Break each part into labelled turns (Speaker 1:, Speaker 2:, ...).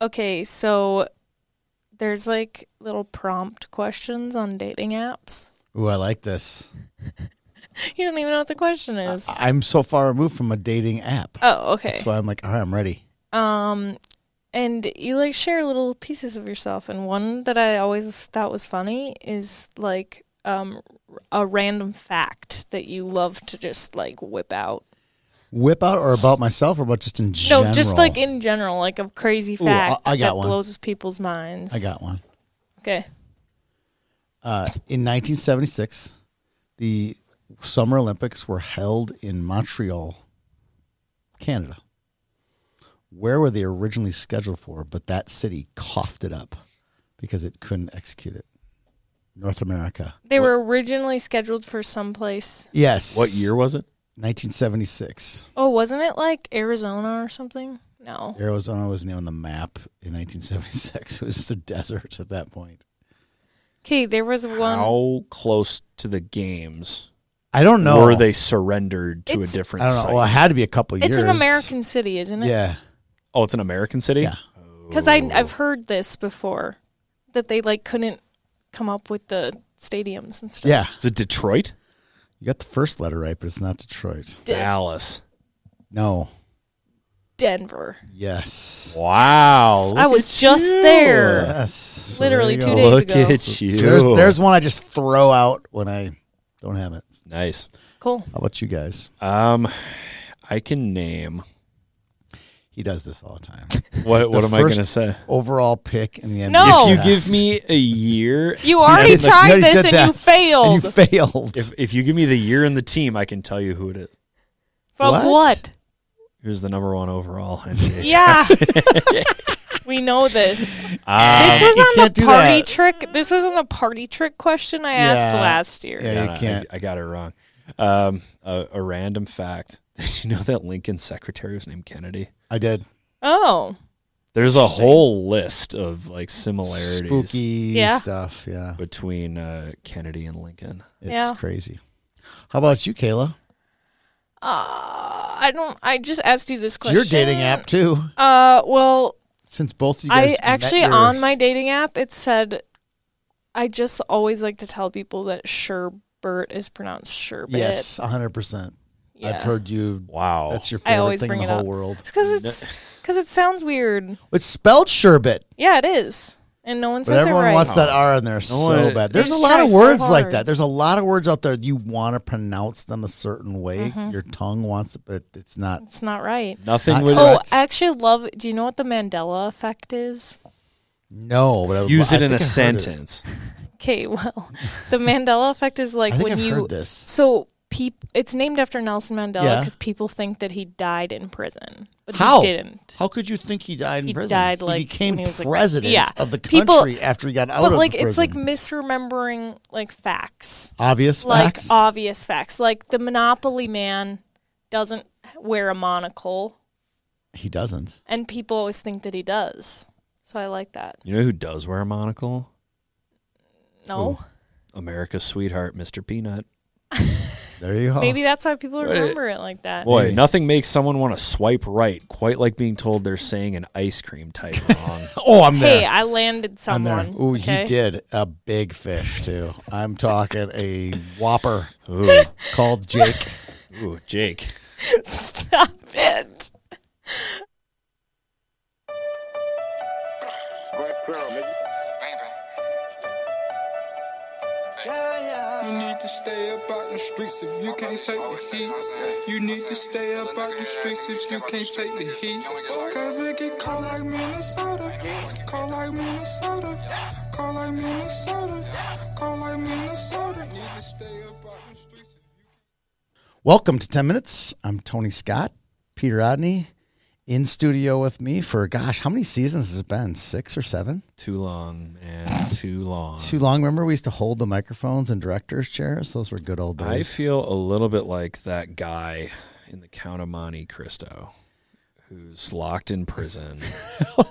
Speaker 1: Okay, so there's like little prompt questions on dating apps.
Speaker 2: Ooh, I like this.
Speaker 1: You don't even know what the question is.
Speaker 2: I- I'm so far removed from a dating app.
Speaker 1: oh, okay.
Speaker 2: Uh, That's why I'm like, all right, I'm ready.
Speaker 1: Um, and you like share little pieces of yourself. And one that I always thought was funny is like um a random fact that you love to just like whip out.
Speaker 2: Whip out or about myself or about just in
Speaker 1: No,
Speaker 2: general?
Speaker 1: just like in general, like a crazy
Speaker 2: Ooh, I-
Speaker 1: fact
Speaker 2: I got
Speaker 1: that
Speaker 2: one.
Speaker 1: blows people's minds.
Speaker 2: I got one.
Speaker 1: okay.
Speaker 2: Uh, in 1976, the Summer Olympics were held in Montreal, Canada. Where were they originally scheduled for? But that city coughed it up because it couldn't execute it. North America.
Speaker 1: They were originally scheduled for someplace.
Speaker 2: Yes.
Speaker 3: What year was it?
Speaker 2: 1976.
Speaker 1: Oh, wasn't it like Arizona or something? No.
Speaker 2: Arizona wasn't even on the map in 1976. It was the desert at that point.
Speaker 1: Okay, there was one.
Speaker 3: How close to the games
Speaker 2: I don't know.
Speaker 3: were they surrendered to
Speaker 1: It's-
Speaker 3: a
Speaker 2: I
Speaker 3: different
Speaker 2: don't know.
Speaker 3: site?
Speaker 2: Well, it had to be a couple of
Speaker 1: It's
Speaker 2: years.
Speaker 1: an American city, isn't it?
Speaker 2: Yeah.
Speaker 3: oh, it's an American city.
Speaker 2: Yeah.
Speaker 1: Because I I've heard this before, that they like couldn't come up with the stadiums and stuff.
Speaker 2: Yeah.
Speaker 3: Is it Detroit?
Speaker 2: You got the first letter right, but it's not Detroit.
Speaker 1: D-
Speaker 3: Dallas.
Speaker 2: No.
Speaker 1: Denver.
Speaker 2: Yes.
Speaker 3: Wow.
Speaker 1: I
Speaker 3: look
Speaker 1: was
Speaker 3: at
Speaker 1: just
Speaker 3: you.
Speaker 1: there.
Speaker 2: Yes. So
Speaker 1: Literally
Speaker 2: there
Speaker 1: two
Speaker 2: you
Speaker 1: days
Speaker 2: go.
Speaker 3: Look
Speaker 1: ago.
Speaker 3: at you.
Speaker 2: So there's, there's one I just throw out when I don't have it.
Speaker 3: nice.
Speaker 1: Cool.
Speaker 2: How about you guys?
Speaker 3: Um, I can name
Speaker 2: He does this all the time.
Speaker 3: what. What am I
Speaker 2: first-
Speaker 3: gonna say?
Speaker 2: Overall pick in the NBA.
Speaker 1: No.
Speaker 3: If you
Speaker 1: Yeah.
Speaker 3: give me a year,
Speaker 1: You already
Speaker 2: You
Speaker 1: tried
Speaker 2: already
Speaker 1: this and
Speaker 2: did
Speaker 1: you
Speaker 2: that. And
Speaker 1: failed.
Speaker 2: you failed.
Speaker 3: if if you give me the year and the team, I can tell you who it is.
Speaker 1: From
Speaker 2: What?
Speaker 1: what?
Speaker 3: Who's the number one overall? NBA.
Speaker 1: Yeah. we know this.
Speaker 3: Ah,
Speaker 1: This
Speaker 2: Um,
Speaker 1: was
Speaker 2: you
Speaker 1: on
Speaker 2: can't
Speaker 1: the
Speaker 2: do
Speaker 1: party
Speaker 2: that.
Speaker 1: trick. This was on the party trick question I asked
Speaker 2: Yeah.
Speaker 1: last year.
Speaker 2: Yeah.
Speaker 3: no,
Speaker 2: you
Speaker 3: no, I-
Speaker 2: can't.
Speaker 3: I, got it wrong. Um, a, a random fact. Did you know that Lincoln's secretary was named Kennedy?
Speaker 2: I did.
Speaker 1: Oh.
Speaker 3: There's a whole list of like similarities
Speaker 2: Spooky
Speaker 1: Yeah.
Speaker 2: stuff. Yeah.
Speaker 3: between uh, Kennedy and Lincoln.
Speaker 2: It's
Speaker 1: Yeah.
Speaker 2: crazy. How about you, Kayla?
Speaker 1: Uh, I don't. I just asked you this
Speaker 2: It's
Speaker 1: question.
Speaker 2: your dating app too.
Speaker 1: Uh, well,
Speaker 2: Since both of you guys
Speaker 1: I
Speaker 2: met
Speaker 1: actually
Speaker 2: your-
Speaker 1: on my dating app it said, I just always like to tell people that sherbert is pronounced sherbet.
Speaker 2: Yes, 100%.
Speaker 1: Yeah.
Speaker 2: I've heard you.
Speaker 3: Wow.
Speaker 2: That's your
Speaker 1: I
Speaker 2: favorite
Speaker 1: always
Speaker 2: thing in
Speaker 1: bring
Speaker 2: the
Speaker 1: it
Speaker 2: whole
Speaker 1: up.
Speaker 2: world.
Speaker 1: It's because it's because it sounds weird.
Speaker 2: It's spelled sherbet.
Speaker 1: Yeah, it is, and no one
Speaker 2: But
Speaker 1: says it
Speaker 2: everyone
Speaker 1: right.
Speaker 2: wants
Speaker 3: Oh.
Speaker 2: that R in there so
Speaker 3: one-
Speaker 2: bad.
Speaker 1: They
Speaker 2: There's a
Speaker 1: just
Speaker 2: lot
Speaker 1: try
Speaker 2: of
Speaker 1: so
Speaker 2: words like
Speaker 1: hard.
Speaker 2: that. There's a lot of words out there you want to pronounce them a certain way.
Speaker 1: Mm-hmm.
Speaker 2: Your tongue wants it, but it's not.
Speaker 1: it's not right.
Speaker 3: nothing
Speaker 2: Not
Speaker 3: with
Speaker 1: Oh,
Speaker 2: Correct.
Speaker 1: I actually love. Do you know what the Mandela effect is?
Speaker 2: No, but I would
Speaker 3: use
Speaker 2: lo-
Speaker 3: it
Speaker 2: I
Speaker 3: in
Speaker 2: think
Speaker 3: a
Speaker 2: I heard it.
Speaker 3: sentence.
Speaker 1: Okay, well, the Mandela effect is like
Speaker 2: I think
Speaker 1: when
Speaker 2: I've
Speaker 1: you
Speaker 2: heard this.
Speaker 1: So peop- it's named after Nelson Mandela
Speaker 2: Yeah.
Speaker 1: because people think that he died in prison, but
Speaker 2: How?
Speaker 1: he didn't.
Speaker 2: How could you think he died in
Speaker 1: He
Speaker 2: prison?
Speaker 1: died,
Speaker 2: he
Speaker 1: like,
Speaker 2: became
Speaker 1: when he was, like,
Speaker 2: president
Speaker 1: yeah.
Speaker 2: of the country
Speaker 1: People-
Speaker 2: after he got out
Speaker 1: but
Speaker 2: of
Speaker 1: like
Speaker 2: the
Speaker 1: it's like
Speaker 2: prison.
Speaker 1: misremembering like facts,
Speaker 2: obvious
Speaker 1: like
Speaker 2: facts.
Speaker 1: obvious facts. Like the Monopoly man doesn't wear a monocle,
Speaker 2: he doesn't.
Speaker 1: and people always think that he does. So I like that.
Speaker 3: You know who does wear a monocle?
Speaker 1: No,
Speaker 3: America's sweetheart, Mr. Peanut.
Speaker 2: There you go.
Speaker 1: maybe that's why people remember it like that.
Speaker 3: Boy,
Speaker 2: Maybe.
Speaker 3: nothing makes someone want to swipe right quite like being told they're saying an ice cream type wrong.
Speaker 2: Oh, I'm there.
Speaker 1: Hey, I landed
Speaker 2: I'm there.
Speaker 1: someone.
Speaker 2: Ooh,
Speaker 1: okay?
Speaker 2: he did a big fish too. I'm talking a whopper
Speaker 3: Ooh,
Speaker 2: called Jake.
Speaker 3: ooh, Jake.
Speaker 1: Stop it.
Speaker 4: You need to stay up out the streets if you can't take the heat. You need to stay up out the streets if you can't take the heat. Cause it get cold like Minnesota. Cold like Minnesota. Cold like Minnesota. Cold like Minnesota. Need to stay up out the streets.
Speaker 2: Welcome to 10 Minutes. I'm Tony Scott, Peter Odney, in studio with me for gosh, how many seasons has it been? Six or seven?
Speaker 3: Too long, man. Too long.
Speaker 2: Too long. Remember, we used to hold the microphones in director's chairs? Those were good old
Speaker 3: I
Speaker 2: days.
Speaker 3: feel a little bit like that guy in the Count of Monte Cristo who's locked in prison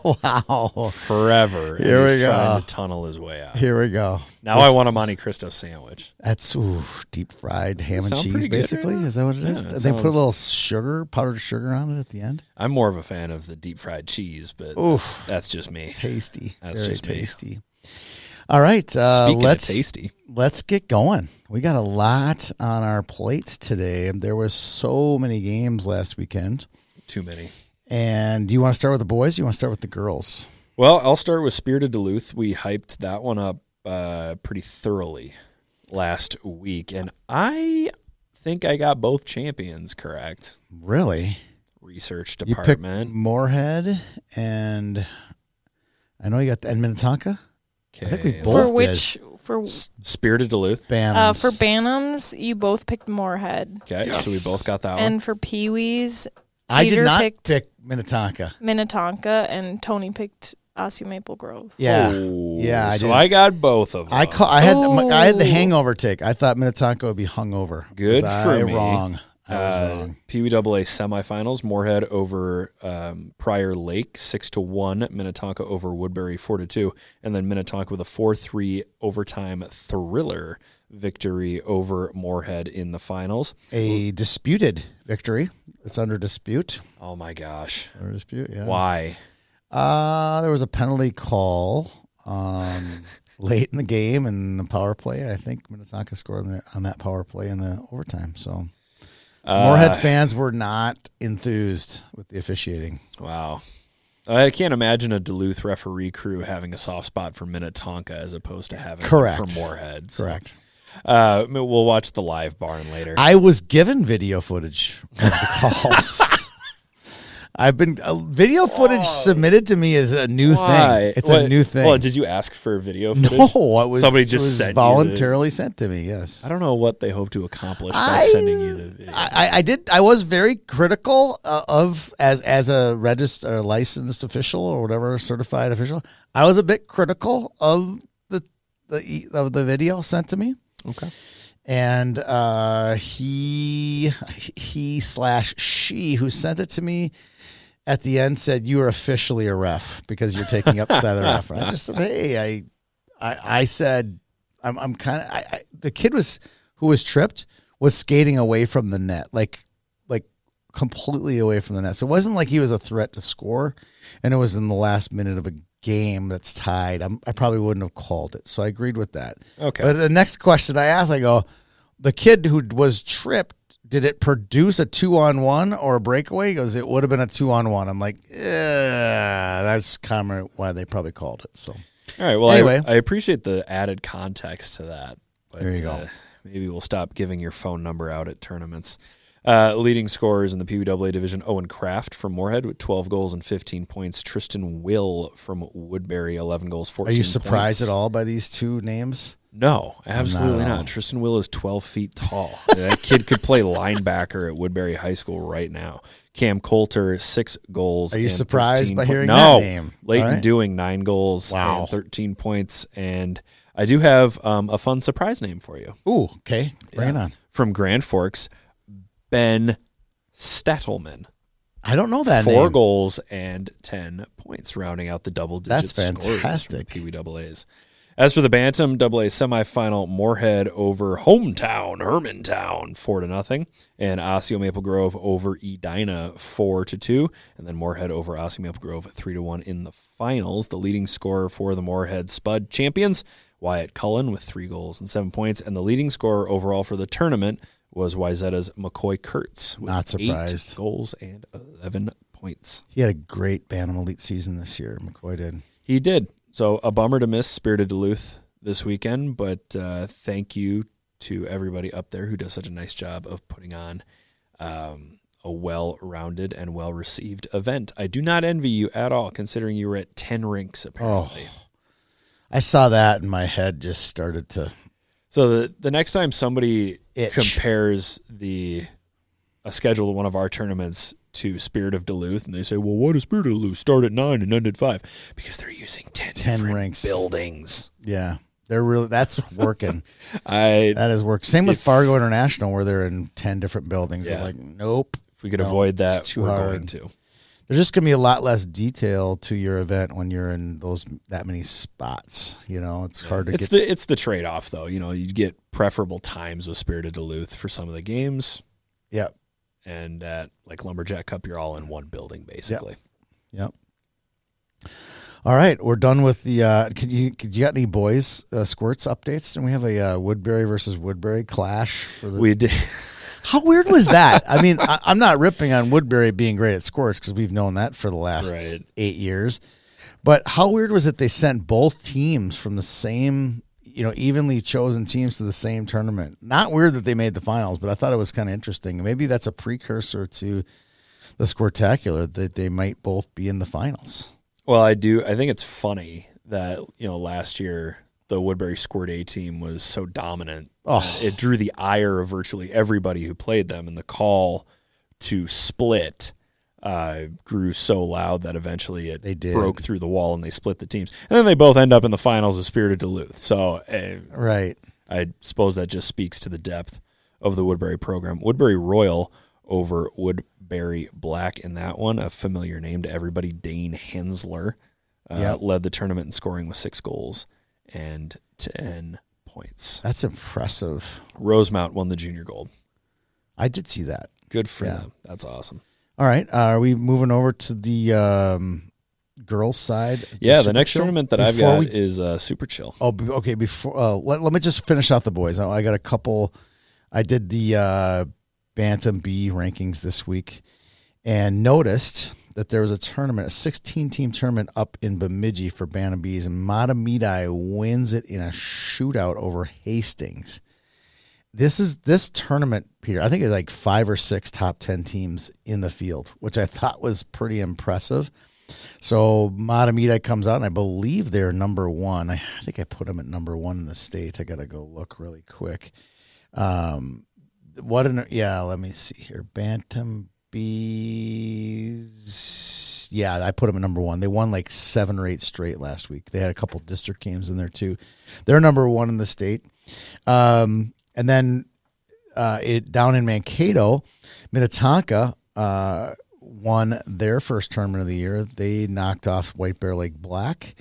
Speaker 2: wow.
Speaker 3: forever. and
Speaker 2: Here we
Speaker 3: he's
Speaker 2: go.
Speaker 3: Trying to tunnel his way out.
Speaker 2: Here we go.
Speaker 3: Now I want a Monte Cristo sandwich.
Speaker 2: That's ooh, deep fried ham and
Speaker 3: Sound
Speaker 2: cheese,
Speaker 3: pretty good,
Speaker 2: basically.
Speaker 3: right?
Speaker 2: Is that what it is?
Speaker 3: Yeah,
Speaker 2: they
Speaker 3: that
Speaker 2: put a
Speaker 3: sounds-
Speaker 2: little sugar, powdered sugar on it at the end.
Speaker 3: I'm more of a fan of the deep fried cheese, but
Speaker 2: Oof.
Speaker 3: that's just me.
Speaker 2: Tasty.
Speaker 3: That's
Speaker 2: Very
Speaker 3: just me.
Speaker 2: tasty. All right. Uh,
Speaker 3: Speaking
Speaker 2: let's
Speaker 3: of tasty,
Speaker 2: let's get going. We got a lot on our plate today. There was so many games last weekend.
Speaker 3: too many.
Speaker 2: And do you want to start with the boys? Or you want to start with the girls?
Speaker 3: Well, I'll start with Spirited Duluth. We hyped that one up uh, pretty thoroughly last week, and I think I got both champions correct.
Speaker 2: Really?
Speaker 3: Research
Speaker 2: You picked
Speaker 3: department.
Speaker 2: Moorhead and I know you got and
Speaker 1: Uh,
Speaker 2: Minnetonka. I think we
Speaker 3: Okay.
Speaker 2: both
Speaker 1: for
Speaker 2: did.
Speaker 1: which for
Speaker 3: Spirited Duluth.
Speaker 1: uh,
Speaker 2: Bannums.
Speaker 1: for Bantams, you both picked Moorhead,
Speaker 3: Okay, so we both got that one.
Speaker 1: and for Pee Wees,
Speaker 2: I did
Speaker 1: Peter
Speaker 2: not
Speaker 1: picked-
Speaker 2: pick Minnetonka.
Speaker 1: Minnetonka, and Tony picked Osseo Maple Grove.
Speaker 2: Yeah,
Speaker 3: Oh,
Speaker 2: yeah. I
Speaker 3: so
Speaker 2: did.
Speaker 3: I got both of them.
Speaker 2: I call, I had
Speaker 1: Ooh.
Speaker 2: I had the hangover take. I thought Minnetonka would be hungover.
Speaker 3: Good
Speaker 2: Was
Speaker 3: for
Speaker 2: I
Speaker 3: me.
Speaker 2: Wrong. I was
Speaker 3: Uh,
Speaker 2: wrong.
Speaker 3: PWAA semifinals: Moorhead over um, Prior Lake six to one, Minnetonka over Woodbury four to two, and then Minnetonka with a four three overtime thriller victory over Moorhead in the finals.
Speaker 2: A disputed victory. It's under dispute.
Speaker 3: Oh my gosh,
Speaker 2: Under dispute. Yeah.
Speaker 3: why?
Speaker 2: Uh, there was a penalty call um, late in the game in the power play. I think Minnetonka scored on, the, on that power play in the overtime. So
Speaker 3: Uh,
Speaker 2: Moorhead fans were not enthused with the officiating.
Speaker 3: Wow. I can't imagine a Duluth referee crew having a soft spot for Minnetonka as opposed to having
Speaker 2: Correct.
Speaker 3: one for Moorhead. So,
Speaker 2: Correct.
Speaker 3: Uh, we'll watch the live barn later.
Speaker 2: I was given video footage of the calls. I've been uh, video footage submitted to me is a new
Speaker 3: Why?
Speaker 2: thing. It's a
Speaker 3: What-
Speaker 2: new thing.
Speaker 3: Well, did you ask for video footage?
Speaker 2: no, it was
Speaker 3: somebody
Speaker 2: it
Speaker 3: just
Speaker 2: was
Speaker 3: sent you the-
Speaker 2: voluntarily sent to me. Yes,
Speaker 3: I don't know what they hope to accomplish by
Speaker 2: I-
Speaker 3: sending you the video.
Speaker 2: I, I- I did. I was very critical uh, of as as a registered or licensed official or whatever certified official. I was a bit critical of the the e- of the video sent to me,
Speaker 3: okay.
Speaker 2: and uh, he he slash she who sent it to me at the end said you are officially a ref because you're taking up the side of the ref. And I just said, hey, I I, I said I'm I'm kind of I, I, the kid was who was tripped was skating away from the net like like completely away from the net. So it wasn't like he was a threat to score, and it was in the last minute of a game that's tied. I'm, I probably wouldn't have called it, so I agreed with that.
Speaker 3: Okay.
Speaker 2: But the next question I asked, I go, the kid who was tripped. Did it produce a two on one or a breakaway? He goes, it would have been a two on one. I'm like, yeah, that's kind of why they probably called it. So
Speaker 3: All right. Well,
Speaker 2: Anyway.
Speaker 3: I, I appreciate the added context to that. But, uh,
Speaker 2: There you go.
Speaker 3: maybe we'll stop giving your phone number out at tournaments. Uh, leading scorers in the PWA division: Owen Kraft from Moorhead with 12 goals and 15 points. Tristan Will from Woodbury, 11 goals, 14.
Speaker 2: Are you surprised
Speaker 3: points.
Speaker 2: at all by these two names?
Speaker 3: No, absolutely
Speaker 2: at
Speaker 3: not.
Speaker 2: all.
Speaker 3: Tristan Will is 12 feet tall. that kid could play linebacker at Woodbury High School right now. Cam Coulter, six goals.
Speaker 2: Are you
Speaker 3: and
Speaker 2: surprised
Speaker 3: 13
Speaker 2: by
Speaker 3: po-
Speaker 2: hearing
Speaker 3: no.
Speaker 2: that name?
Speaker 3: Leighton
Speaker 2: All right.
Speaker 3: Doing, nine goals
Speaker 2: Wow.
Speaker 3: and 13 points. And I do have um, a fun surprise name for you
Speaker 2: Ooh, okay. Bring it on.
Speaker 3: from Grand Forks, Ben Stettelman.
Speaker 2: I don't know that
Speaker 3: Four
Speaker 2: name.
Speaker 3: goals and 10 points, rounding out the double digits.
Speaker 2: That's fantastic.
Speaker 3: Pee Wee double A's. As for the Bantam double A semifinal, Moorhead over hometown Hermantown four to nothing, and Osseo Maple Grove over Edina four to two, and then Moorhead over Osseo Maple Grove three to one in the finals. The leading scorer for the Moorhead Spud champions, Wyatt Cullen with three goals and seven points, and the leading scorer overall for the tournament was Wyzetta's McCoy Kurtz with
Speaker 2: Not
Speaker 3: eight
Speaker 2: surprised.
Speaker 3: goals and eleven points.
Speaker 2: He had a great Bantam Elite season this year. McCoy did.
Speaker 3: He did. So a bummer to miss Spirited Duluth this weekend, but uh, thank you to everybody up there who does such a nice job of putting on um, a well-rounded and well-received event. I do not envy you at all, considering you were at ten rinks
Speaker 2: Oh.
Speaker 3: apparently.
Speaker 2: I saw that and my head just started to.
Speaker 3: So the, the next time somebody
Speaker 2: Itch.
Speaker 3: compares the a schedule of one of our tournaments to Spirit of Duluth, and they say, "Well, why does Spirit of Duluth start at nine and end at 5? Because they're using ten,
Speaker 2: 10
Speaker 3: different
Speaker 2: rinks.
Speaker 3: buildings.
Speaker 2: Yeah. They're really. That's working.
Speaker 3: I
Speaker 2: that is work. Same with
Speaker 3: If-
Speaker 2: Fargo International, where they're in 10 different buildings. I'm
Speaker 3: Yeah.
Speaker 2: like, nope.
Speaker 3: if we could
Speaker 2: No,
Speaker 3: avoid
Speaker 2: it's
Speaker 3: that,
Speaker 2: too
Speaker 3: we're
Speaker 2: hard.
Speaker 3: going to.
Speaker 2: there's just gonna be a lot less detail to your event when you're in those that many spots. You know, it's hard to
Speaker 3: It's
Speaker 2: get.
Speaker 3: the it's the trade off though. You know, you get preferable times with Spirit of Duluth for some of the games,
Speaker 2: yeah,
Speaker 3: and at like Lumberjack Cup, you're all in one building basically.
Speaker 2: Yep. All right, we're done with the. Uh, could you could you got any boys uh, squirts updates? And we have a uh, Woodbury versus Woodbury clash. For the,
Speaker 3: We did.
Speaker 2: how weird was that? I mean, I, I'm not ripping on Woodbury being great at squirts because we've known that for the last
Speaker 3: Right.
Speaker 2: eight years. But how weird was it? They sent both teams from the same, you know, evenly chosen teams to the same tournament. Not weird that they made the finals, but I thought it was kind of interesting. Maybe that's a precursor to the squirtacular that they might both be in the finals.
Speaker 3: Well, I do. I think it's funny that you know last year the Woodbury Squirt A team was so dominant.
Speaker 2: Oh.
Speaker 3: It drew the ire of virtually everybody who played them, and the call to split uh, grew so loud that eventually it
Speaker 2: They did.
Speaker 3: broke through the wall and they split the teams. And then they both end up in the finals of Spirit of Duluth. So eh,
Speaker 2: Right.
Speaker 3: I suppose that just speaks to the depth of the Woodbury program. Woodbury Royal over Woodbury Black in that one, a familiar name to everybody. Dane Hensler uh,
Speaker 2: Yep.
Speaker 3: led the tournament in scoring with six goals and 10 points.
Speaker 2: That's impressive.
Speaker 3: Rosemount won the junior gold.
Speaker 2: I did see that.
Speaker 3: Good for
Speaker 2: Yeah.
Speaker 3: them. That's awesome.
Speaker 2: All right. Uh, are we moving over to the um, girls' side? of
Speaker 3: Yeah, the
Speaker 2: Super
Speaker 3: next
Speaker 2: Show?
Speaker 3: tournament that I've
Speaker 2: Before
Speaker 3: got
Speaker 2: we-
Speaker 3: is uh, Super Chill.
Speaker 2: oh, be- okay. Before uh, let, let me just finish out the boys. I, I got a couple. I did the uh, Bantam B rankings this week and noticed that there was a tournament, a 16 team tournament up in Bemidji for Bantam B's, and Matamidi wins it in a shootout over Hastings. this is this tournament, Peter. I think it's like five or six top ten teams in the field, which I thought was pretty impressive. So Matamida comes out, and I believe they're number one. I, I think I put them at number one in the state. I gotta go look really quick. Um, what an yeah. Let me see here. Bantam bees. Yeah, I put them at number one. They won like seven or eight straight last week. They had a couple district games in there too. They're number one in the state. Um, and then uh, it down in Mankato, Minnetonka uh, won their first tournament of the year. They knocked off White Bear Lake Black.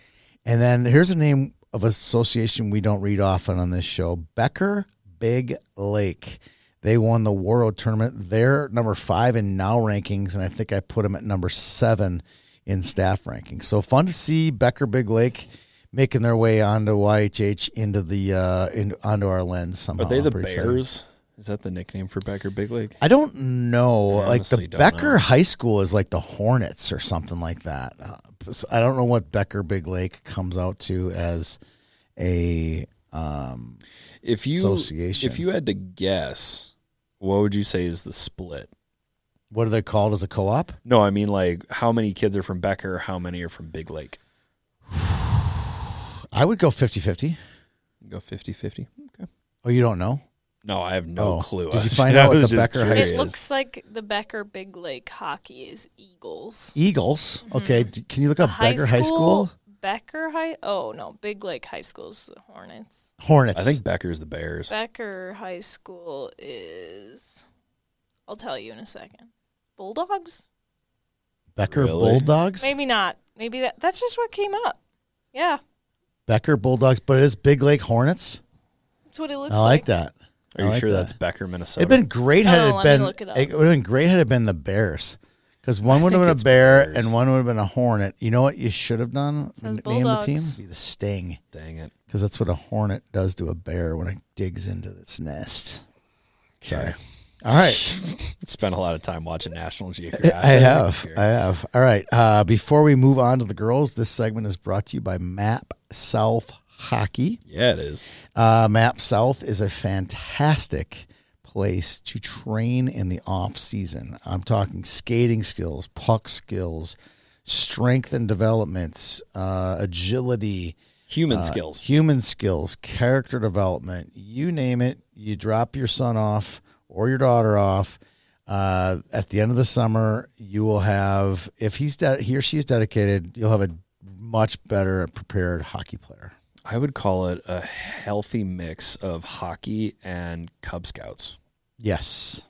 Speaker 2: And then here's a name of association we don't read often on this show: Becker Big Lake. They won the Waro tournament. They're number five in now rankings, and I think I put them at number seven in staff rankings. So fun to see Becker Big Lake making their way onto YHH into the uh, in, onto our lens
Speaker 3: Are
Speaker 2: somehow.
Speaker 3: they
Speaker 2: Oh,
Speaker 3: the
Speaker 2: I'm pretty excited.
Speaker 3: Bears? Is that the nickname for Becker Big League?
Speaker 2: I don't know.
Speaker 3: I
Speaker 2: like
Speaker 3: honestly
Speaker 2: the
Speaker 3: don't
Speaker 2: Becker
Speaker 3: know.
Speaker 2: High School is like the Hornets or something like that. Uh, so I don't know what Becker Big Lake comes out to as a. Um,
Speaker 3: If you
Speaker 2: Association.
Speaker 3: if you had to guess, what would you say is the split?
Speaker 2: what are they called as a co-op?
Speaker 3: No, I mean like how many kids are from Becker, how many are from Big Lake?
Speaker 2: I would go 50-50.
Speaker 3: Go 50-50. Okay.
Speaker 2: Oh, you don't know?
Speaker 3: No, I have no
Speaker 2: Oh,
Speaker 3: clue.
Speaker 2: did you
Speaker 3: I-
Speaker 2: find
Speaker 3: I
Speaker 2: out what
Speaker 3: was
Speaker 2: the
Speaker 3: just
Speaker 2: Becker High
Speaker 3: curious.
Speaker 1: It looks like the Becker Big Lake hockey is Eagles.
Speaker 2: Eagles. Okay, d- can you look up Becker Mm-hmm. High School?
Speaker 1: Becker High. Oh no, Big Lake High School is the Hornets.
Speaker 2: Hornets.
Speaker 3: I think Becker's the Bears.
Speaker 1: Becker High School is. I'll tell you in a second. Bulldogs?
Speaker 2: Becker
Speaker 3: Really?
Speaker 2: Bulldogs.
Speaker 1: Maybe not. Maybe that. That's just what came up. Yeah,
Speaker 2: Becker Bulldogs, but it is Big Lake Hornets.
Speaker 1: that's what it looks
Speaker 2: I like that. I
Speaker 3: Are you
Speaker 2: like
Speaker 3: sure
Speaker 2: that.
Speaker 3: that's Becker, Minnesota?
Speaker 2: It'd been great had
Speaker 1: Oh,
Speaker 2: it
Speaker 1: let me
Speaker 2: been.
Speaker 1: look it up.
Speaker 2: It, would have been great had it been the Bears, because one
Speaker 3: I
Speaker 2: would have
Speaker 3: think
Speaker 2: been a
Speaker 3: it's
Speaker 2: bear
Speaker 3: Bears.
Speaker 2: and one would have been a hornet. You know what you should have done?
Speaker 1: Says
Speaker 2: N- Name the team.
Speaker 1: Bulldogs.
Speaker 2: Be the Sting,
Speaker 3: Dang it.
Speaker 2: because that's what a hornet does to a bear when it digs into its nest. Sorry. All right,
Speaker 3: Spent a lot of time watching National Geographic.
Speaker 2: I have, I
Speaker 3: here.
Speaker 2: have. All right. Uh, before we move on to the girls, this segment is brought to you by Map South Hockey.
Speaker 3: Yeah, it is.
Speaker 2: Uh, Map South is a fantastic place to train in the off season. I'm talking skating skills, puck skills, strength and developments, uh, agility, Uh,
Speaker 3: Human skills.
Speaker 2: human skills, character development. You name it. You drop your son off or your daughter off. Uh, at the end of the summer, you will have if he's de- he or she's dedicated, you'll have a much better prepared hockey player.
Speaker 3: I would call it a healthy mix of hockey and Cub Scouts.
Speaker 2: Yes.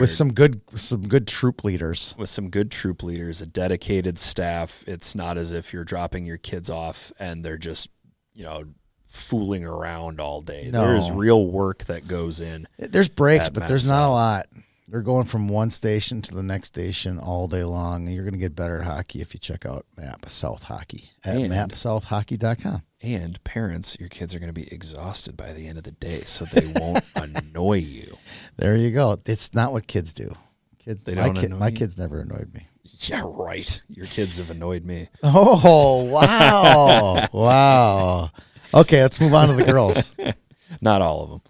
Speaker 2: with some good with some good troop leaders.
Speaker 3: with some good troop leaders, a dedicated staff. It's not as if you're dropping your kids off and they're just, you know, fooling around all day.
Speaker 2: No.
Speaker 3: There is real work that goes in.
Speaker 2: Eh, There's breaks,
Speaker 3: At
Speaker 2: but
Speaker 3: Mount
Speaker 2: there's not a
Speaker 3: South.
Speaker 2: lot. They're going from one station to the next station all day long. And you're going to get better at hockey if you check out Map South Hockey at
Speaker 3: And-
Speaker 2: mapsouthhockey.com.
Speaker 3: And parents, your kids are going to be exhausted by the end of the day, so they won't annoy you.
Speaker 2: There you go. It's not what kids do. Kids,
Speaker 3: They
Speaker 2: my,
Speaker 3: don't annoy
Speaker 2: my
Speaker 3: you?
Speaker 2: kids never annoyed me.
Speaker 3: Yeah, right. Your kids have annoyed me.
Speaker 2: Oh wow, wow. Okay, let's move on to the girls.
Speaker 3: Not all of them.